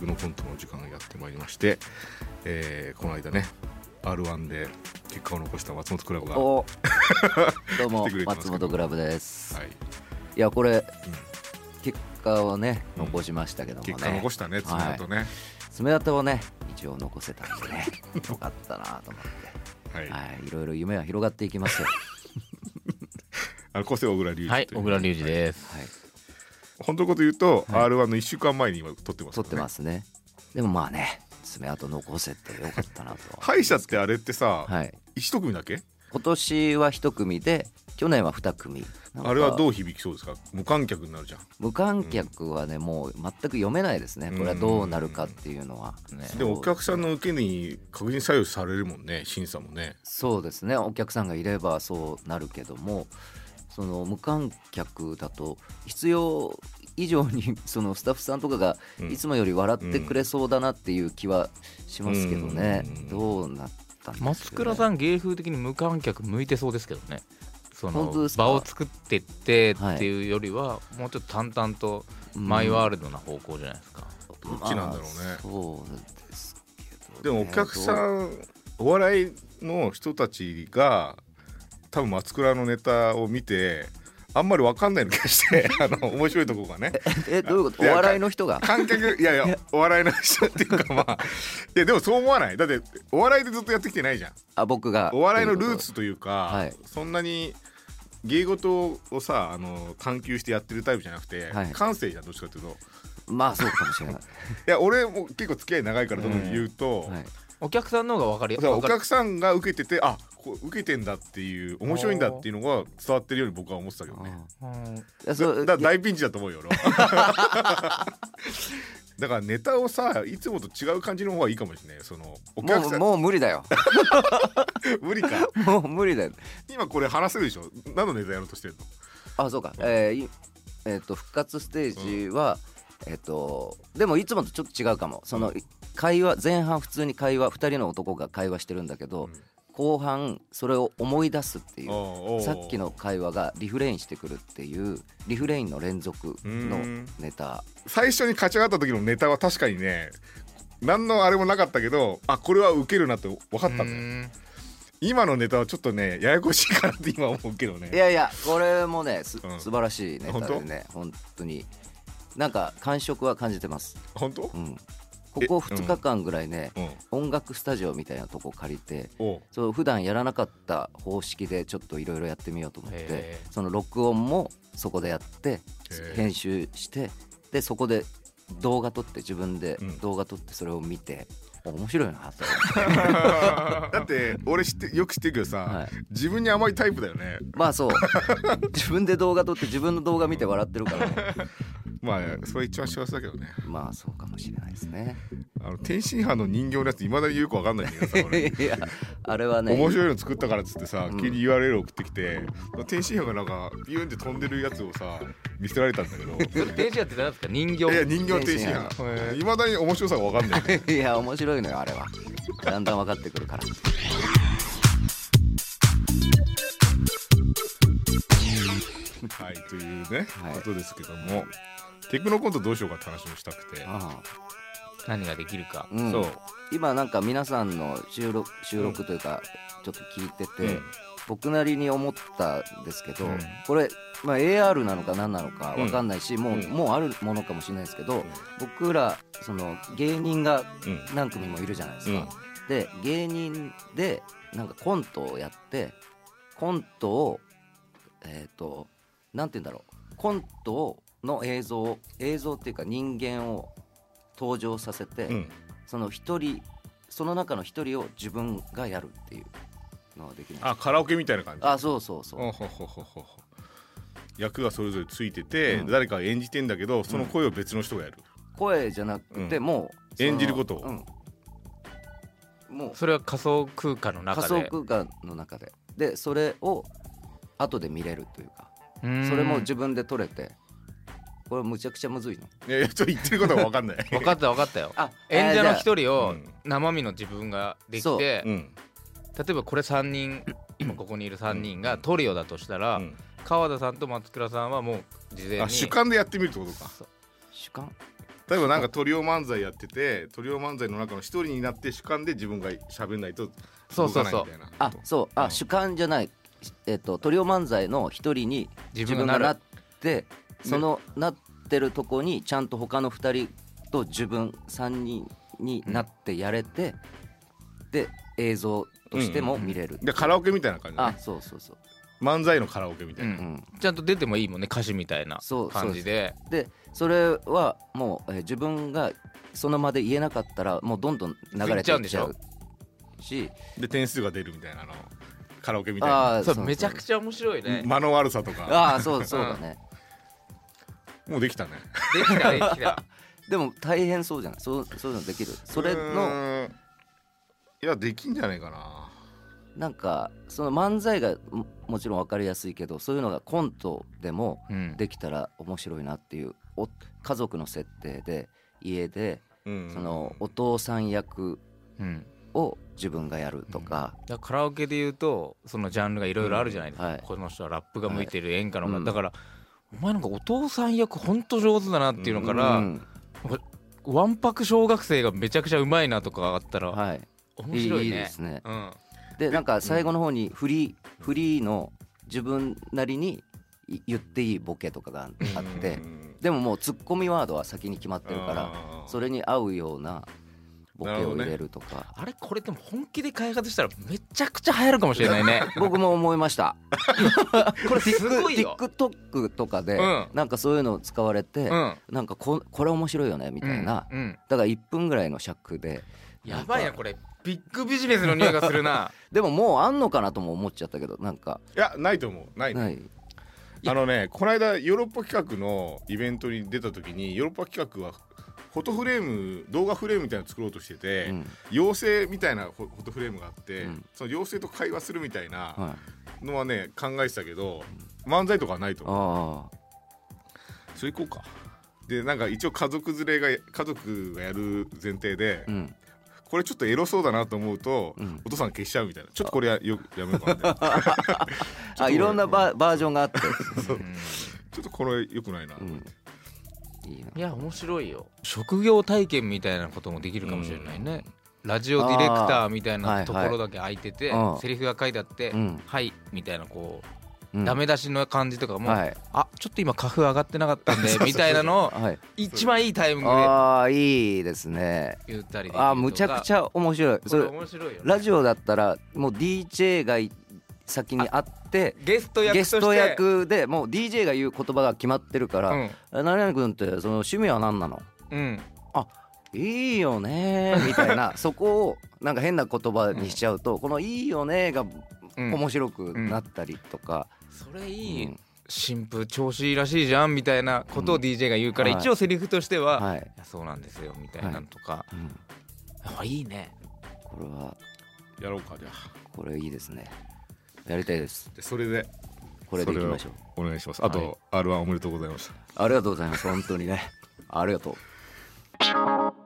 僕のコントの時間がやってまいりまして、えーこの間ね r 1で結果を残した松本クラブが、は おどうも来てくれてますけ松ど本クラブです、いい、やこれ、結果をねうん残しましたけどもね、結果残したね爪痕ね、爪痕をね一応残せたんで ねよかったなと思はいって、はい、いろいろ夢は広がってい きますよ、あの個性小倉隆二はいとう小倉隆二ですはい、本当のこと言うと、r 1の1週間前に今撮ってます、撮ね、ってますねでもまあね爪痕残せてよかったなと歯医者ってあれってさ、はい一組だけ今年は一組で去年は二組なんかあれはどう響きそうですか無観客になるじゃん無観客はね、もう全く読めないですねこれはどうなるかっていうのは、ねでもお客さんの受けに確認採用されるもんね審査もねそうですねお客さんがいればそうなるけどもその無観客だと必要以上に そのスタッフさんとかがうんいつもより笑ってくれそうだなっていう気はしますけどね、うんどうなったんですか、ね、松倉さん芸風的に無観客向いてそうですけどねそ本当でのすか場を作ってってっていうよりは、もうちょっと淡々とマイワールドな方向じゃないですか、どっちなんだろうねそうですでけどもね、お客さどうんお笑いの人たちが多分松倉のネタを見てあんまり分かんないの気がして あの面白いとこがねえどういうこいとおや笑いの人が観客いやいやお笑いの人っていうかまあいやでもそう思わないだってお笑いでずっとやってきてないじゃんあ僕がお笑いのルーツというかはいそんなに芸事をさあの探求してやってるタイプじゃなくて、はい感性じゃんどっちかっていうとまあそうかもしれ ない、いや俺も結構付き合い長いからどんどん言うと、はい、お客さんの方が分かりだからお分かる客さんが受けててあこう受けてんだっていう面白いんだっていうのが伝わってるように僕は思ってたけどねうんいやだそだうから大ピンチだと思うよ俺 はだからネタをさいつもと違う感じの方がいいかもしれないよそのお客もさうんもう無理だ よ無理かもう無理だよ今これ話せるでしょ何のネタやろうとしてるのあそうか、えーいえーと復活ステージは、えっ、とでもいつもとちょっと違うかもその、う会話前半普通に会話2人の男が会話してるんだけど、うん後半それを思い出すっていうおうおうさっきの会話がリフレインしてくるっていうリフレインの連続のネタ最初に勝ち上がった時のネタは確かにね何のあれもなかったけどあこれはウケるなって分かったんだよ今のネタはちょっとねややこしいかなって今思うけどねいやいやこれもねす、うん素晴らしいネタでね本当になんか感触は感じてます、本当うん、ここ2日間ぐらいね、うん音楽スタジオみたいなとこ借りておうそう普段やらなかった方式でちょっといろいろやってみようと思ってへその録音もそこでやってへー編集してでそこで動画撮って自分でうん動画撮ってそれを見て、面白いなと思ってだって俺知ってよく知ってるけどさ、はい自分に甘いタイプだよねまあそう 自分で動画撮って自分の動画見て笑ってるから ねまあそれ一番幸せだけどねまあそうかもしれないですねあの天津飯の人形のやついまだによくわかんないんだけどさ 俺いやあれはね面白いの作ったからっつってさうん急に URL 送ってきて、天津飯がなんかビューンって飛んでるやつをさ見せられたんだけ どいデジやって何ですか人形や人形天津天津飯飯いまだに面白さがわかんない、いや面白いのよあれはだんだん分かってくるからはいというね、 はいことですけどもテクノコントどうしようかって話もしたくて、ああ何ができるか、うんそう、今なんか皆さんの収録収録というかちょっと聞いてて、うん僕なりに思ったんですけど、うんこれ、まあ、AR なのか何なのか分かんないし、もううんもうあるものかもしれないですけど、僕らその芸人が何組もいるじゃないですか。で芸人でなんかコントをやってコントをえっ、となんて言うんだろうコントをの映像を映像っていうか人間を登場させて。うんうんその一人その中の一人を自分がやるっていうのはできないあカラオケみたいな感じあそうそうそう、ほほほほほほ役がそれぞれついてて、うん誰かが演じてんだけどその声を別の人がやる、声じゃなくて、うんもうその演じることをうんもうそれは仮想空間の中仮で想空間の中ででそれを後で見れるというかうんそれも自分で撮れてこれむちゃくちゃむずいのいやいやちょっと言ってることは分 かんない分かった分かったよあ演者の人一人うをん生身の自分ができて、うん例えばこれ3人今ここにいる3人がトリオだとしたら、うん川田さんと松倉さんはもう事前にあ主観でやってみるってことかそう主観例えばなんかトリオ漫才やっててトリオ漫才の中の一人になって主観で自分が喋んないとそう動かそうないそみうたいなことあそうあ、うん主観じゃないえっとトリオ漫才の一人に自自分分ががななるってそのなってるとこにちゃんと他の2人と自分3人になってやれて、で映像としても見れる、でカラオケみたいな感じだあねそうそうそう、漫才のカラオケみたいな、ううんん、ちゃんと出てもいいもんね歌詞みたいなそう感じででそれはもう、えー自分がその場で言えなかったらもうどんどん流れていっちゃうしで点数が出るみたいなのカラオケみたいなああそうめちゃくちゃ面白いね間の悪さとかああそうそうだね、もうできたねできたできたでも大変そうじゃないそうそういうのできるそれうのーんいやできんじゃないかななんかその漫才がももちろん分かりやすいけどそういうのがコントでもうんできたら面白いなっていうお家族の設定で家でうんそのお父さん役うんを自分がやるとか、だからカラオケで言うとそのジャンルがいろいろあるじゃないですか、うんはいこの人はラップが向いてる演歌の方が、うんだからお前なんかお父さん役ほんと上手だなっていうのから、うんわんぱく小学生がめちゃくちゃうまいなとかあったら、はい、面白いねですね。うん、でなんか最後の方にフリー、フリーの自分なりにい言っていいボケとかがあって、うんでももうツッコミワードは先に決まってるから、あーそれに合うようなボケを入れるとか。あれこれでも本気で開発したらめちゃくちゃ流行るかもしれない ね僕も思いました。これすごいよ、 TikTok とかでうんなんかそういうのを使われて、うん、なんかここれ面白いよねみたいな。うんうんだから1分ぐらいの尺で。やばいなこれ。れビッグビジネスの匂いがするなでももうあんのかなとも思っちゃったけどなんかいやないと思うないない。あのねこの間ヨーロッパ企画のイベントに出た時にヨーロッパ企画はフォトフレーム動画フレームみたいなの作ろうとしてて、うん妖精みたいなフォフォトフレームがあって、うんその妖精と会話するみたいなはい、のはね考えてたけど漫才とかはないと思うあそれ行こうかでなんか一応家族連れが家族がやる前提で、あ、うん。これちょっとエロそうだなと思うと、うんお父さん消しちゃうみたいなちょっとこれやよやめようかみたいなあいろんなバーバージョン があって、うんちょっとこれよくないな、うん、いいないや面白いよ職業体験みたいなこともできるかもしれないね、ラジオディレクターみたいなところだけ空いてて、はいはいうんセリフが書いてあって「うんはい」みたいなこうう、んダメ出しの感じとかも「はいあちょっと今花粉上がってなかったんで」みたいなのをはい一番いいタイミングでああいいですね言ったりできるとかあーむちゃくちゃゃ面白いそれ面白いよねラジオだったらもう DJ がい先にあってゲスト役ゲとしてスト役でもう DJ が言う言葉が決まってるからうん「何々君ってその趣味は何なのうんいいよね」みたいなそこをなんか変な言葉にしちゃうとこの「いいよね」がうん面白くなったりとか、それいい、うん新婦調子いいらしいじゃんみたいなことをうん DJ が言うから、はい一応セリフとしては「いはい、やそうなんですよ」みたいなのとか、うんあいいねこれはやろうかじゃあこれいいですねやりたいですでそれでこれでいきましょうお願いしますあと、R1 おめでとうございましたありがとうございます本当にねありがとう